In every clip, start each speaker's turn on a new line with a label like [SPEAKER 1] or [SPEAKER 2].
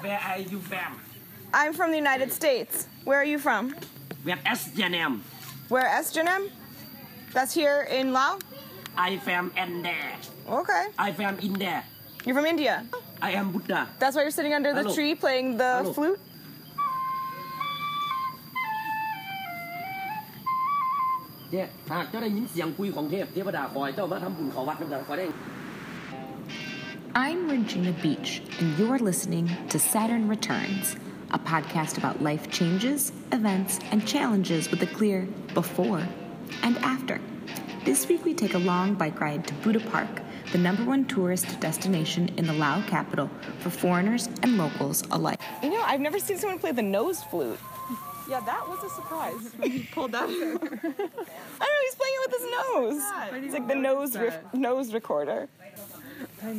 [SPEAKER 1] Where are you from?
[SPEAKER 2] I'm from the United States. Where are you from?
[SPEAKER 1] Where is your name?
[SPEAKER 2] Where Esjenem? That's here in Laos?
[SPEAKER 1] I am India.
[SPEAKER 2] Okay.
[SPEAKER 1] I am India.
[SPEAKER 2] You're from India.
[SPEAKER 1] I am Buddha.
[SPEAKER 2] That's why you're sitting under the
[SPEAKER 1] Hello.
[SPEAKER 2] tree playing the
[SPEAKER 1] Hello.
[SPEAKER 2] flute?
[SPEAKER 1] Yeah. หากเจ้าได้ยินเสียงคุยของเทพเทวดาขอให้เจ้ามาทำบุญเขาวัดเทวดาขอได้
[SPEAKER 3] I'm Regina Beach, and you're listening to Saturn Returns, a podcast about life changes, events, and challenges with a clear before and after. This week, we take a long bike ride to Buddha Park, the number one tourist destination in the Lao capital for foreigners and locals alike.
[SPEAKER 2] You know, I've never seen someone play the nose flute. Yeah, that was a surprise when he pulled up. I don't know, he's playing it with his nose. It's like the nose ref- nose recorder.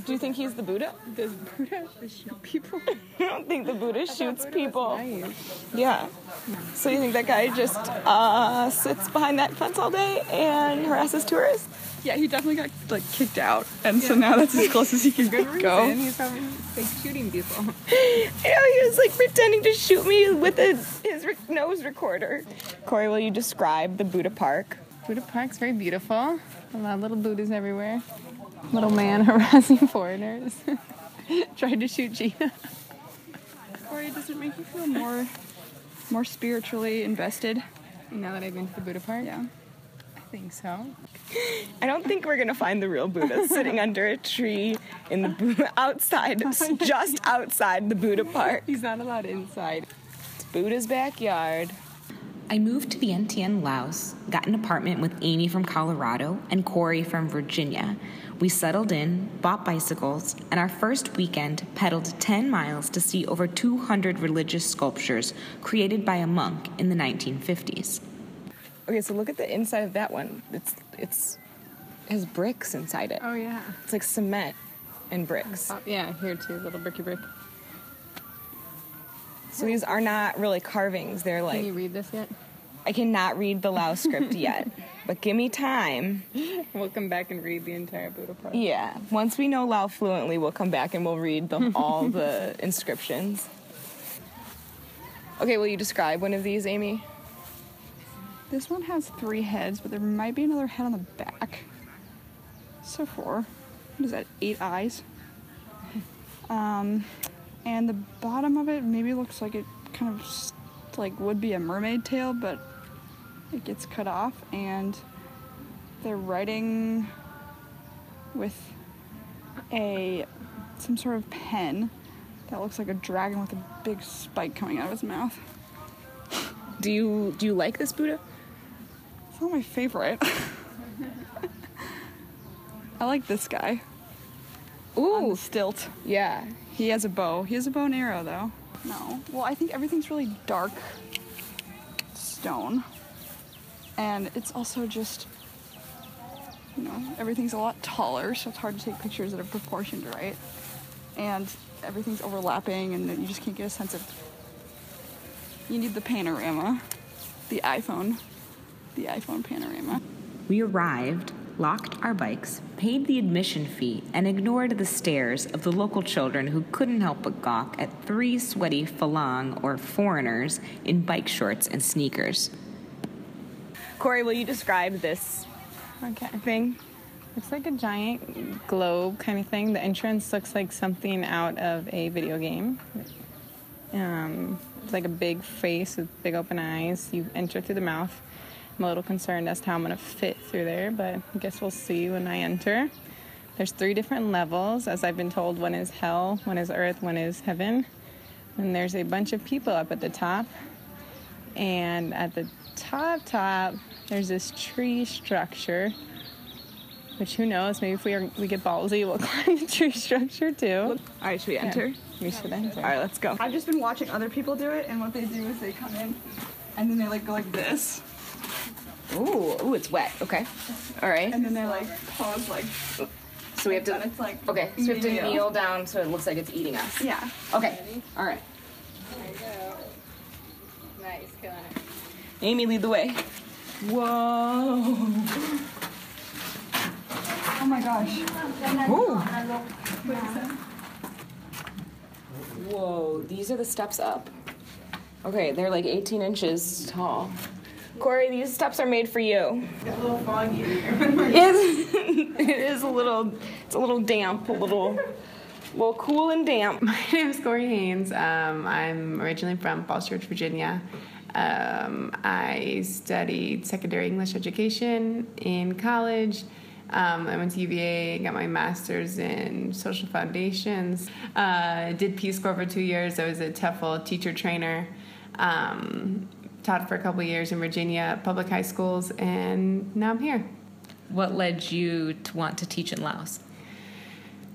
[SPEAKER 2] Do you think he's the Buddha?
[SPEAKER 4] Does Buddha have to shoot people?
[SPEAKER 2] I don't think the Buddha shoots people. Yeah. So you think that guy just uh, sits behind that fence all day and harasses tourists?
[SPEAKER 4] Yeah, he definitely got like kicked out, and so now that's as close as he can go.
[SPEAKER 5] He's probably like shooting people.
[SPEAKER 2] You know, he was like pretending to shoot me with his, his re- nose recorder. Corey, will you describe the Buddha Park?
[SPEAKER 5] Buddha Park's very beautiful. A lot of little Buddhas everywhere. Little man harassing foreigners. Tried to shoot Gina.
[SPEAKER 4] Corey, does it make you feel more, more spiritually invested?
[SPEAKER 5] Now that I've been to the Buddha Park?
[SPEAKER 4] Yeah.
[SPEAKER 5] I think so.
[SPEAKER 2] I don't think we're gonna find the real Buddha sitting under a tree in the Bu- outside, just outside the Buddha Park.
[SPEAKER 5] He's not allowed inside.
[SPEAKER 2] It's Buddha's backyard.
[SPEAKER 3] I moved to Vientiane, Laos, got an apartment with Amy from Colorado and Corey from Virginia. We settled in, bought bicycles, and our first weekend pedaled 10 miles to see over 200 religious sculptures created by a monk in the 1950s.
[SPEAKER 2] Okay, so look at the inside of that one. It's it's it has bricks inside it.
[SPEAKER 5] Oh yeah.
[SPEAKER 2] It's like cement and bricks.
[SPEAKER 5] Oh, yeah, here too, little bricky brick.
[SPEAKER 2] So these are not really carvings. They're
[SPEAKER 5] Can
[SPEAKER 2] like
[SPEAKER 5] you read this yet?
[SPEAKER 2] I cannot read the Lao script yet, but give me time.
[SPEAKER 5] We'll come back and read the entire Buddha Park.
[SPEAKER 2] Yeah. Once we know Lao fluently, we'll come back and we'll read them all the inscriptions. Okay, will you describe one of these, Amy?
[SPEAKER 4] This one has three heads, but there might be another head on the back. So four. What is that? Eight eyes. Um, and the bottom of it maybe looks like it kind of s- like would be a mermaid tail, but it gets cut off, and they're writing with a some sort of pen that looks like a dragon with a big spike coming out of his mouth.
[SPEAKER 2] Do you do you like this Buddha?
[SPEAKER 4] It's not my favorite. I like this guy. On the
[SPEAKER 2] Ooh,
[SPEAKER 4] stilt.
[SPEAKER 2] yeah.
[SPEAKER 4] He has a bow. He has a bow and arrow, though. No. Well, I think everything's really dark stone. And it's also just, you know, everything's a lot taller, so it's hard to take pictures that are proportioned right. And everything's overlapping, and you just can't get a sense of. You need the panorama, the iPhone, the iPhone panorama.
[SPEAKER 3] We arrived, locked our bikes, paid the admission fee, and ignored the stares of the local children who couldn't help but gawk at three sweaty Falang or foreigners in bike shorts and sneakers.
[SPEAKER 2] Corey, will you describe this
[SPEAKER 5] Okay.
[SPEAKER 2] thing?
[SPEAKER 5] It's like a giant globe kind of thing. The entrance looks like something out of a video game. Um, it's like a big face with big open eyes. You enter through the mouth. I'm a little concerned as to how I'm going to fit through there, but I guess we'll see when I enter. There's three different levels, as I've been told one is hell, one is earth, one is heaven. And there's a bunch of people up at the top. And at the top, top, there's this tree structure. Which who knows? Maybe if we are, we get ballsy, we'll climb the tree structure too.
[SPEAKER 2] All right, should we enter?
[SPEAKER 5] We should enter.
[SPEAKER 2] All right, let's go.
[SPEAKER 4] I've just been watching other people do it, and what they do is they come in, and then they like go like this,
[SPEAKER 2] Ooh, ooh, it's wet. Okay. All right.
[SPEAKER 4] and then they like pause like,
[SPEAKER 2] So we have
[SPEAKER 4] and
[SPEAKER 2] to.
[SPEAKER 4] it's like
[SPEAKER 2] Okay, so we have to
[SPEAKER 4] kneel.
[SPEAKER 2] kneel down so it looks like it's eating us.
[SPEAKER 4] Yeah.
[SPEAKER 2] Okay. All right. Amy, lead the way. Whoa.
[SPEAKER 4] Oh my gosh.
[SPEAKER 2] Whoa, these are the steps up. Okay, they're like 18 inches tall. Corey, these steps are made for you. It's a little foggy. it is a little. It's a little damp. A little. Well, cool and damp.
[SPEAKER 6] My name is Corey Haynes. Um, I'm originally from Falls Church, Virginia. Um, I studied secondary English education in college. Um, I went to UVA, got my master's in social foundations. Uh, did Peace Corps for two years. I was a TEFL teacher trainer. Um, taught for a couple years in Virginia public high schools, and now I'm here.
[SPEAKER 7] What led you to want to teach in Laos?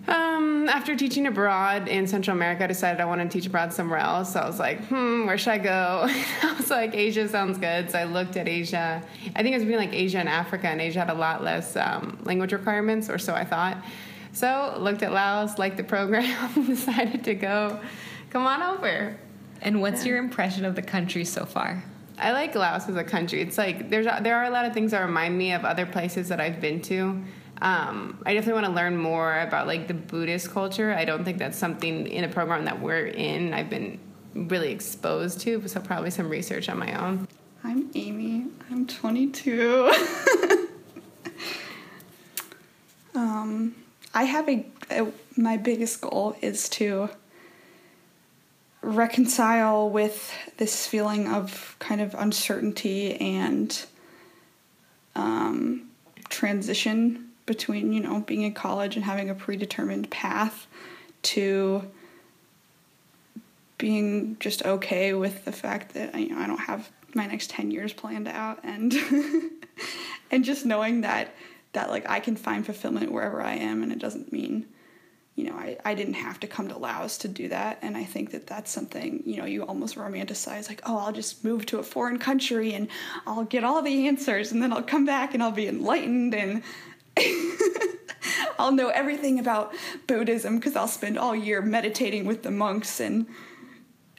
[SPEAKER 6] Um, after teaching abroad in Central America, I decided I wanted to teach abroad somewhere else. So I was like, hmm, where should I go? I was like, Asia sounds good. So I looked at Asia. I think it was between like Asia and Africa, and Asia had a lot less um, language requirements, or so I thought. So looked at Laos, liked the program, decided to go. Come on over.
[SPEAKER 7] And what's your impression of the country so far?
[SPEAKER 6] I like Laos as a country. It's like there's there are a lot of things that remind me of other places that I've been to. Um, I definitely want to learn more about like the Buddhist culture. I don't think that's something in a program that we're in. I've been really exposed to, so probably some research on my own.
[SPEAKER 4] I'm Amy. I'm 22. um, I have a, a my biggest goal is to reconcile with this feeling of kind of uncertainty and um, transition between you know being in college and having a predetermined path to being just okay with the fact that you know, I don't have my next 10 years planned out and and just knowing that that like I can find fulfillment wherever I am and it doesn't mean you know I, I didn't have to come to Laos to do that and I think that that's something you know you almost romanticize like oh I'll just move to a foreign country and I'll get all the answers and then I'll come back and I'll be enlightened and I'll know everything about Buddhism because I'll spend all year meditating with the monks and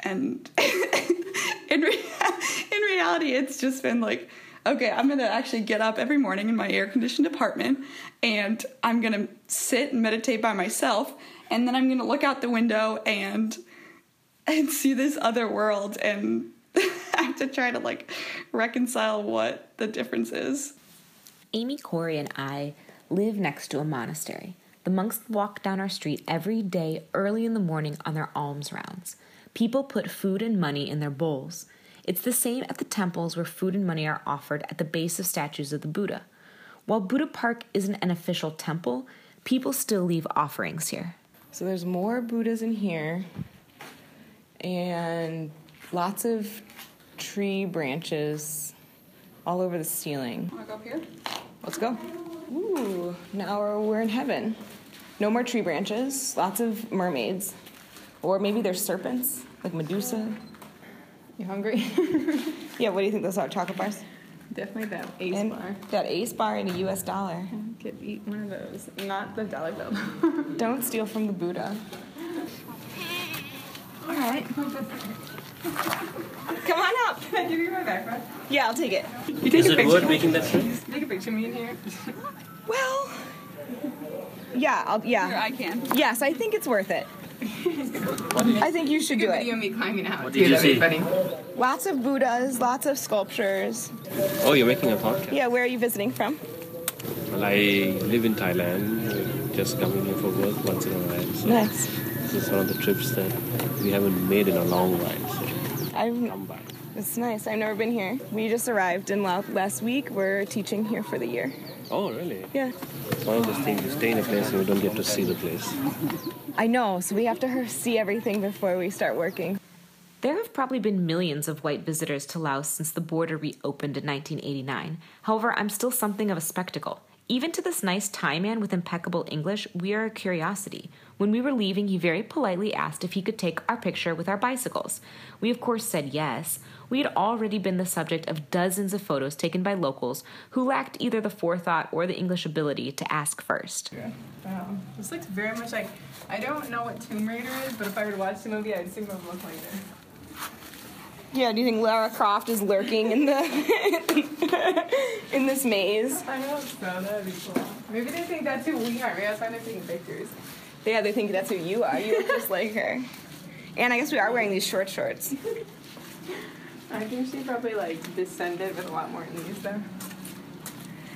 [SPEAKER 4] and in re- in reality, it's just been like, okay, I'm gonna actually get up every morning in my air conditioned apartment, and I'm gonna sit and meditate by myself, and then I'm gonna look out the window and and see this other world and. I have to try to like reconcile what the difference is.
[SPEAKER 3] Amy, Corey, and I live next to a monastery. The monks walk down our street every day early in the morning on their alms rounds. People put food and money in their bowls. It's the same at the temples where food and money are offered at the base of statues of the Buddha. While Buddha Park isn't an official temple, people still leave offerings here.
[SPEAKER 2] So there's more Buddhas in here, and lots of tree branches all over the ceiling.
[SPEAKER 4] Wanna go up here?
[SPEAKER 2] Let's go. Ooh, now we're, we're in heaven. No more tree branches, lots of mermaids. Or maybe they're serpents, like Medusa.
[SPEAKER 6] You hungry?
[SPEAKER 2] Yeah, what do you think those are? Chocolate bars?
[SPEAKER 6] Definitely that ace
[SPEAKER 2] And
[SPEAKER 6] bar.
[SPEAKER 2] that ace bar in a US dollar.
[SPEAKER 6] Could eat one of those. Not the dollar bill.
[SPEAKER 2] Don't steal from the Buddha. All right. Come on up. Can I give you my backpack? Yeah, I'll take it.
[SPEAKER 8] Is it wood making that sound?
[SPEAKER 6] Take a picture of me in here.
[SPEAKER 2] Well, yeah, I'll, yeah. I can. Yes, I think it's worth it. I think you should do it.
[SPEAKER 6] me climbing out.
[SPEAKER 8] did you see?
[SPEAKER 2] Lots of Buddhas, lots of sculptures.
[SPEAKER 9] Oh, you're making a podcast?
[SPEAKER 2] Yeah, where are you visiting from?
[SPEAKER 9] Well, I live in Thailand, just coming here for work once in a while. So
[SPEAKER 2] Nice.
[SPEAKER 9] This is one of the trips that we haven't made in a long while. So
[SPEAKER 2] I've,
[SPEAKER 9] come by.
[SPEAKER 2] it's nice. I've never been here. We just arrived in Laos last week. We're teaching here for the year.
[SPEAKER 9] Oh, really?
[SPEAKER 2] Yeah.
[SPEAKER 9] It's one of those things you stay in a place and you don't get to see the place.
[SPEAKER 2] I know, so we have to her- see everything before we start working.
[SPEAKER 3] There have probably been millions of white visitors to Laos since the border reopened in 1989. However, I'm still something of a spectacle. Even to this nice Thai man with impeccable English, we are a curiosity. When we were leaving, he very politely asked if he could take our picture with our bicycles. We, of course, said yes. We had already been the subject of dozens of photos taken by locals who lacked either the forethought or the English ability to ask first.
[SPEAKER 6] Wow. This looks very much like I don't know what Tomb Raider is, but if I were to watch the movie, I'd think it would look like this.
[SPEAKER 2] Yeah, do you think Lara Croft is lurking in the in this maze?
[SPEAKER 6] I hope so. That'd be cool.
[SPEAKER 5] Maybe they think that's who we are. Maybe that's why they're taking pictures.
[SPEAKER 2] Yeah, they think that's who you are. You look just like her. And I guess we are wearing these short shorts.
[SPEAKER 5] I think she probably like descended with a lot more ease though.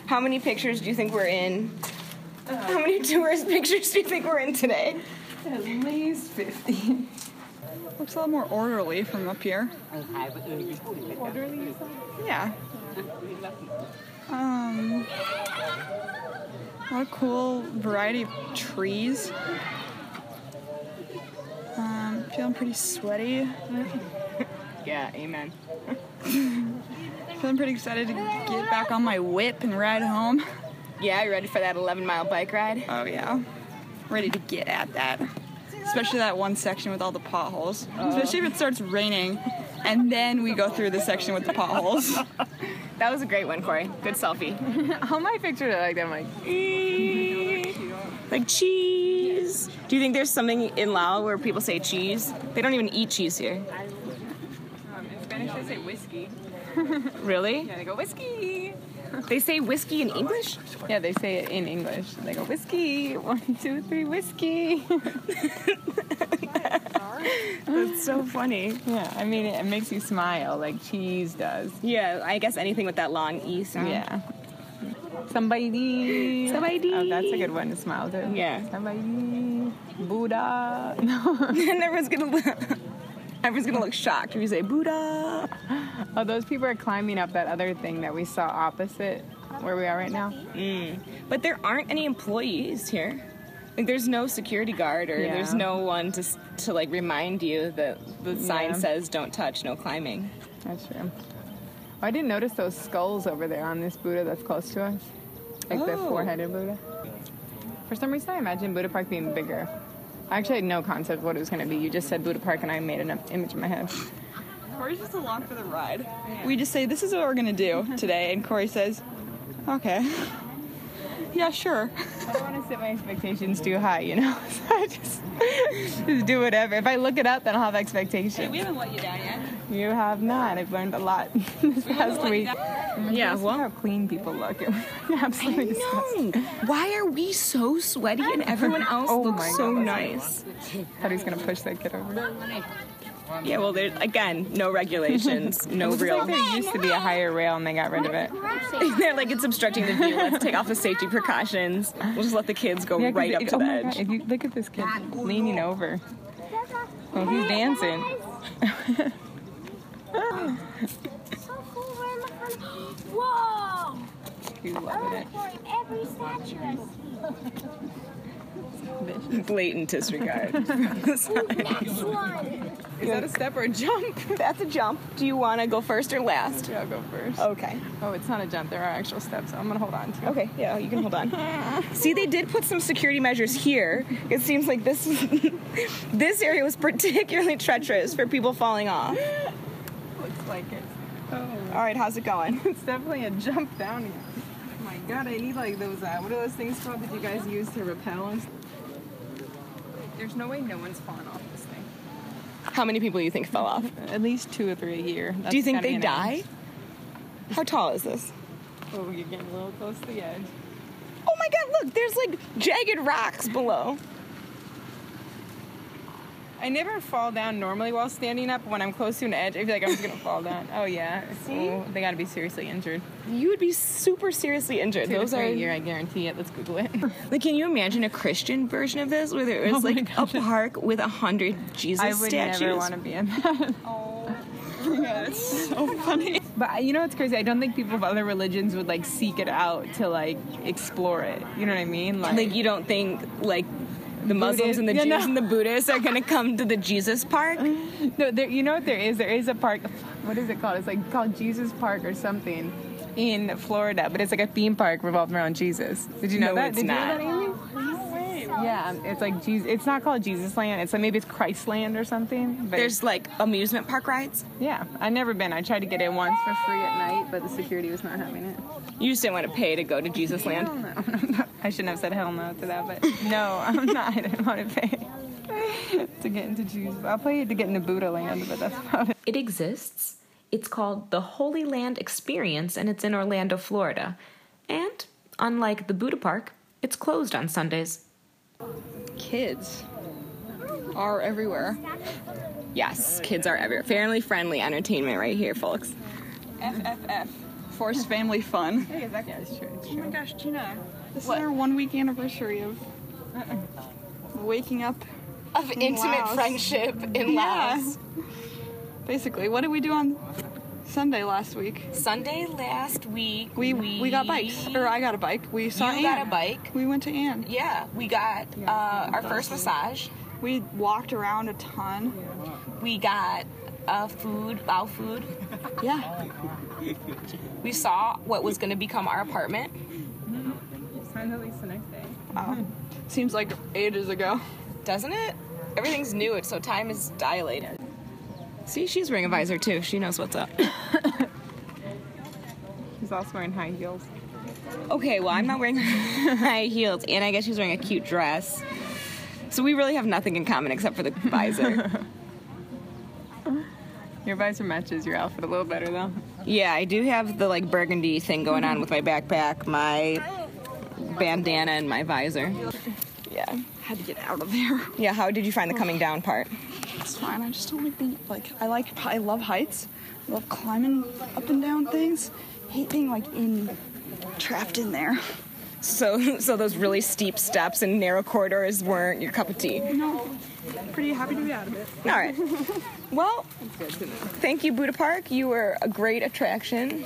[SPEAKER 2] How many pictures do you think we're in? How many tourist pictures do you think we're in today?
[SPEAKER 5] At least fifty.
[SPEAKER 4] Looks a lot more orderly from up here. Yeah. Um, what a cool variety of trees. Um, feeling pretty sweaty.
[SPEAKER 2] Yeah, amen.
[SPEAKER 4] Feeling pretty excited to get back on my whip and ride home.
[SPEAKER 2] Yeah, you ready for that 11 mile bike ride?
[SPEAKER 4] Oh yeah, ready to get at that. Especially that one section with all the potholes. Especially if it starts raining, and then we go through the section with the potholes.
[SPEAKER 2] That was a great one, Corey. Good selfie.
[SPEAKER 5] All my pictures are like that. I'm like,
[SPEAKER 2] Like cheese. Do you think there's something in Laos where people say cheese? They don't even eat cheese here.
[SPEAKER 5] in Spanish they say whiskey.
[SPEAKER 2] Really?
[SPEAKER 5] And they go whiskey.
[SPEAKER 2] They say whiskey in English?
[SPEAKER 5] Yeah, they say it in English. They go whiskey. One, two, three, whiskey.
[SPEAKER 2] That's so funny.
[SPEAKER 5] yeah, I mean it, it makes you smile like cheese does.
[SPEAKER 2] Yeah, I guess anything with that long E sound.
[SPEAKER 5] Yeah. Somebody.
[SPEAKER 2] Somebody.
[SPEAKER 5] Oh, that's a good one to smile to.
[SPEAKER 2] Yeah.
[SPEAKER 5] Somebody. Buddha.
[SPEAKER 2] and everyone's gonna look, everyone's gonna look shocked if you say Buddha.
[SPEAKER 5] Oh, those people are climbing up that other thing that we saw opposite where we are right now. Oh,
[SPEAKER 2] But there aren't any employees here. Like there's no security guard or
[SPEAKER 5] Yeah.
[SPEAKER 2] there's no one to s- to like remind you that the sign
[SPEAKER 5] Yeah.
[SPEAKER 2] says don't touch, no climbing.
[SPEAKER 5] That's true. Oh, I didn't notice those skulls over there on this Buddha that's close to us. Like the
[SPEAKER 2] Oh.
[SPEAKER 5] four headed Buddha. For some reason, I imagined Buddha Park being bigger. I actually had no concept what it was going to be. You just said Buddha Park, and I made an image in my head.
[SPEAKER 4] Corey's just along for the ride. We just say, This is what we're gonna do today. And Corey says, Okay. Yeah, sure.
[SPEAKER 5] I don't want to set my expectations too high, you know? So I just, just do whatever. If I look it up, then I'll have expectations.
[SPEAKER 4] haven't let you down yet.
[SPEAKER 5] You have not. I've learned a lot this past week. Yeah, well, how clean people look. It was absolutely disgusting.
[SPEAKER 2] Why are we so sweaty and everyone else
[SPEAKER 5] Oh my
[SPEAKER 2] looks so
[SPEAKER 5] God,
[SPEAKER 2] nice?
[SPEAKER 5] Thought he's gonna push that kid over.
[SPEAKER 2] Yeah, well, there again, no regulations, no real.
[SPEAKER 5] There used to be a higher rail and they got rid of it.
[SPEAKER 2] They're like it's obstructing the view. Let's take off the safety precautions. We'll just let the kids go
[SPEAKER 5] Yeah, 'cause
[SPEAKER 2] right
[SPEAKER 5] it-
[SPEAKER 2] up to
[SPEAKER 5] oh
[SPEAKER 2] the
[SPEAKER 5] my
[SPEAKER 2] edge.
[SPEAKER 5] God, if you look at this kid leaning over. Oh, he's dancing.
[SPEAKER 10] Whoa!
[SPEAKER 5] He's loving it.
[SPEAKER 10] For every statue I see.
[SPEAKER 2] Blatant disregard.
[SPEAKER 10] Next one.
[SPEAKER 5] Is that a step or a jump?
[SPEAKER 2] That's a jump. Do you want to go first or last?
[SPEAKER 5] Yeah, I'll go first.
[SPEAKER 2] Okay.
[SPEAKER 5] Oh, it's not a jump. There are actual steps. I'm gonna hold on to.
[SPEAKER 2] Okay, yeah, you can hold on. See, they did put some security measures here. It seems like this this area was particularly treacherous for people falling off.
[SPEAKER 5] Looks like it.
[SPEAKER 2] All right, how's it going?
[SPEAKER 5] It's definitely a jump down. here. Oh my god, I need like those. Uh, what are those things called that you guys use to repel? And There's no way no one's fallen off this thing.
[SPEAKER 2] How many people do you think fell off?
[SPEAKER 5] At least two or three a year. That's
[SPEAKER 2] Do you think
[SPEAKER 5] gotta be
[SPEAKER 2] they
[SPEAKER 5] an
[SPEAKER 2] die? How tall is this?
[SPEAKER 5] average. Oh, you're getting a little close to the edge.
[SPEAKER 2] Oh my god, look, there's like jagged rocks below.
[SPEAKER 5] I never fall down normally while standing up. When I'm close to an edge, I feel like I'm just gonna fall down. Oh yeah.
[SPEAKER 2] See?
[SPEAKER 5] Oh, they gotta be seriously injured.
[SPEAKER 2] You would be super seriously injured.
[SPEAKER 5] Two
[SPEAKER 2] Those
[SPEAKER 5] or
[SPEAKER 2] are
[SPEAKER 5] three a year, I guarantee it. Let's Google it.
[SPEAKER 2] like, can you imagine a Christian version of this where there is
[SPEAKER 5] Oh my
[SPEAKER 2] like a park with a hundred Jesus
[SPEAKER 5] I would
[SPEAKER 2] statues?
[SPEAKER 5] never want to be in that.
[SPEAKER 4] So funny.
[SPEAKER 5] Oh. But I- you know what's crazy? I don't think people of other religions would like seek it out to like explore it. You know what I mean?
[SPEAKER 2] Like you don't think like the Muslims and the
[SPEAKER 5] Yeah,
[SPEAKER 2] Jews
[SPEAKER 5] no.
[SPEAKER 2] and the Buddhists are gonna come to the Jesus Park?
[SPEAKER 5] No, there, you know what there is? There is a park. What is it called? It's like called Jesus Park or something in Florida, but it's like a theme park revolving around Jesus. Did you know
[SPEAKER 2] No,
[SPEAKER 5] that?
[SPEAKER 2] it's
[SPEAKER 5] Did
[SPEAKER 2] not.
[SPEAKER 5] you know that, Amy? Yeah, um, it's like Jesus. It's not called Jesus Land. It's like maybe it's Christ Land or something. But
[SPEAKER 2] There's like amusement park rides.
[SPEAKER 5] yeah, I've never been. I tried to get in once for free at night, but the security was not having it.
[SPEAKER 2] You just didn't want to pay to go to Jesus Land.
[SPEAKER 5] I shouldn't have said hell no to that, but no, I'm not. I didn't want to pay to get into Jesus. I'll pay to get into Buddha Land, but that's about it.
[SPEAKER 3] It exists. It's called the Holy Land Experience and it's in Orlando, Florida. And unlike the Buddha Park, It's closed on Sundays.
[SPEAKER 4] Kids are everywhere.
[SPEAKER 2] Yes, kids are everywhere. Family friendly entertainment right here, folks.
[SPEAKER 4] FFF. Forced family fun.
[SPEAKER 5] Yeah, that's true.
[SPEAKER 4] Oh my gosh, Gina. This is our one week anniversary of waking up.
[SPEAKER 2] Of intimate
[SPEAKER 4] Laos.
[SPEAKER 2] friendship in Laos.
[SPEAKER 4] Basically, what did we do on Sunday last week?
[SPEAKER 2] Sunday last week,
[SPEAKER 4] We we got bikes, or I got a bike. We saw
[SPEAKER 2] you
[SPEAKER 4] Anne.
[SPEAKER 2] got a bike.
[SPEAKER 4] We went to Anne.
[SPEAKER 2] Yeah, we got uh, our first massage.
[SPEAKER 4] We walked around a ton.
[SPEAKER 2] We got uh, food, Lao food.
[SPEAKER 4] Yeah.
[SPEAKER 2] We saw what was going to become our apartment.
[SPEAKER 5] Signed the lease the next day.
[SPEAKER 4] Wow. Seems like ages ago.
[SPEAKER 2] doesn't it? Everything's new, it's- so time is dilated. See, she's ring advisor too. She knows what's up.
[SPEAKER 5] He's also wearing high heels.
[SPEAKER 2] okay, well, I'm not wearing high heels, and I guess she's wearing a cute dress. So we really have nothing in common except for the visor.
[SPEAKER 5] Your visor matches your outfit a little better though.
[SPEAKER 2] yeah, I do have the like burgundy thing going on with my backpack, my bandana, and my visor. Yeah.
[SPEAKER 4] Had to get out of there.
[SPEAKER 2] Yeah, how did you find the coming down part?
[SPEAKER 4] It's fine. I just don't like being like I like I love heights. I love climbing up and down things. Hate being like in trapped in there.
[SPEAKER 2] So, so those really steep steps and narrow corridors weren't your cup of tea.
[SPEAKER 4] No. Pretty happy to be out of it.
[SPEAKER 2] All right. Well, thank you, Buddha Park. You were a great attraction.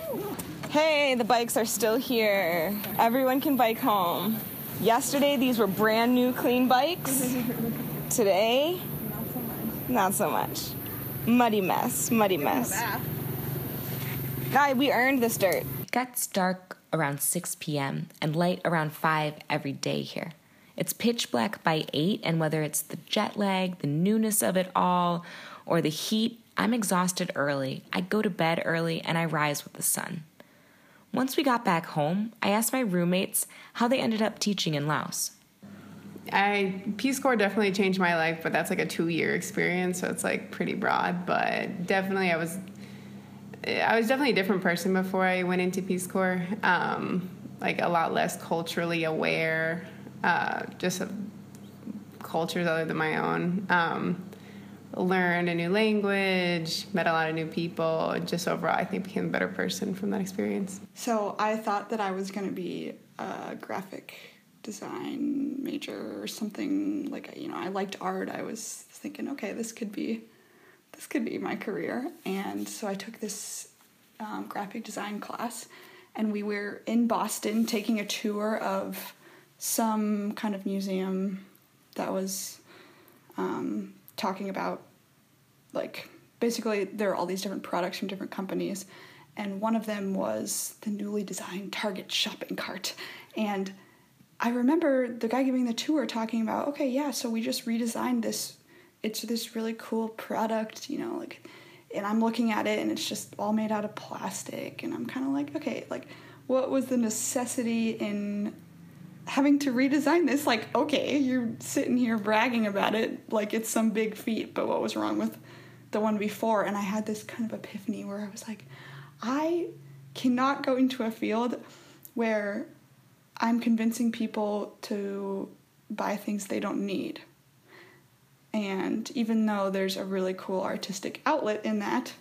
[SPEAKER 2] Hey, the bikes are still here. Everyone can bike home. Yesterday, these were brand new, clean bikes. Today, not so much. Muddy mess, muddy mess. Guy, we earned this dirt.
[SPEAKER 3] It gets dark around 6 p.m. and light around 5 every day here. It's pitch black by 8, and whether it's the jet lag, the newness of it all, or the heat, I'm exhausted early. I go to bed early and I rise with the sun. Once we got back home, I asked my roommates how they ended up teaching in Laos.
[SPEAKER 6] I Peace Corps definitely changed my life, but that's like a two year experience, so it's like pretty broad. But definitely, I was I was definitely a different person before I went into Peace Corps. Um, like a lot less culturally aware, uh, just of cultures other than my own. Um, learned a new language, met a lot of new people, and just overall, I think became a better person from that experience.
[SPEAKER 4] So I thought that I was going to be a graphic design major or something like you know I liked art. I was thinking, okay, this could be this could be my career, and so I took this um, graphic design class, and we were in Boston taking a tour of some kind of museum that was um, talking about like basically there are all these different products from different companies and one of them was the newly designed target shopping cart and i remember the guy giving the tour talking about okay yeah so we just redesigned this it's this really cool product you know like and i'm looking at it and it's just all made out of plastic and i'm kind of like okay like what was the necessity in having to redesign this like okay you're sitting here bragging about it like it's some big feat but what was wrong with the one before and i had this kind of epiphany where i was like i cannot go into a field where i'm convincing people to buy things they don't need and even though there's a really cool artistic outlet in that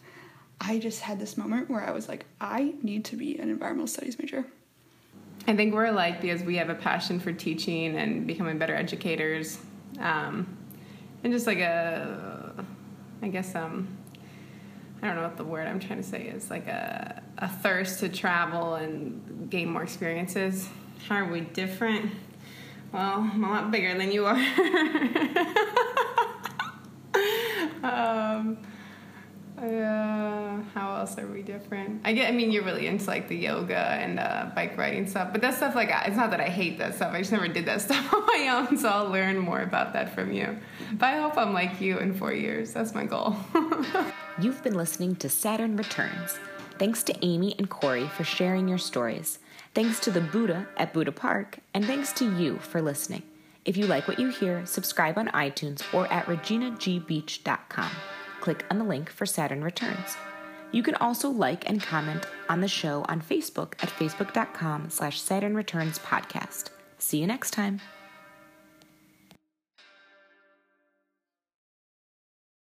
[SPEAKER 4] i just had this moment where i was like i need to be an environmental studies major
[SPEAKER 6] I think we're alike because we have a passion for teaching and becoming better educators, um, and just like a, I guess um, I don't know what the word I'm trying to say is like a a thirst to travel and gain more experiences. How are we different? Well, I'm a lot bigger than you are. um, uh, how else are we different? I get. I mean, you're really into like the yoga and uh, bike riding stuff, but that stuff like I- it's not that I hate that stuff. I just never did that stuff on my own, so I'll learn more about that from you. But I hope I'm like you in four years. That's my goal.
[SPEAKER 3] You've been listening to Saturn Returns. Thanks to Amy and Corey for sharing your stories. Thanks to the Buddha at Buddha Park, and thanks to you for listening. If you like what you hear, subscribe on iTunes or at reginagbeach.com. Click on the link for Saturn Returns. You can also like and comment on the show on Facebook at facebook.com slash Saturn Returns Podcast. See you next time.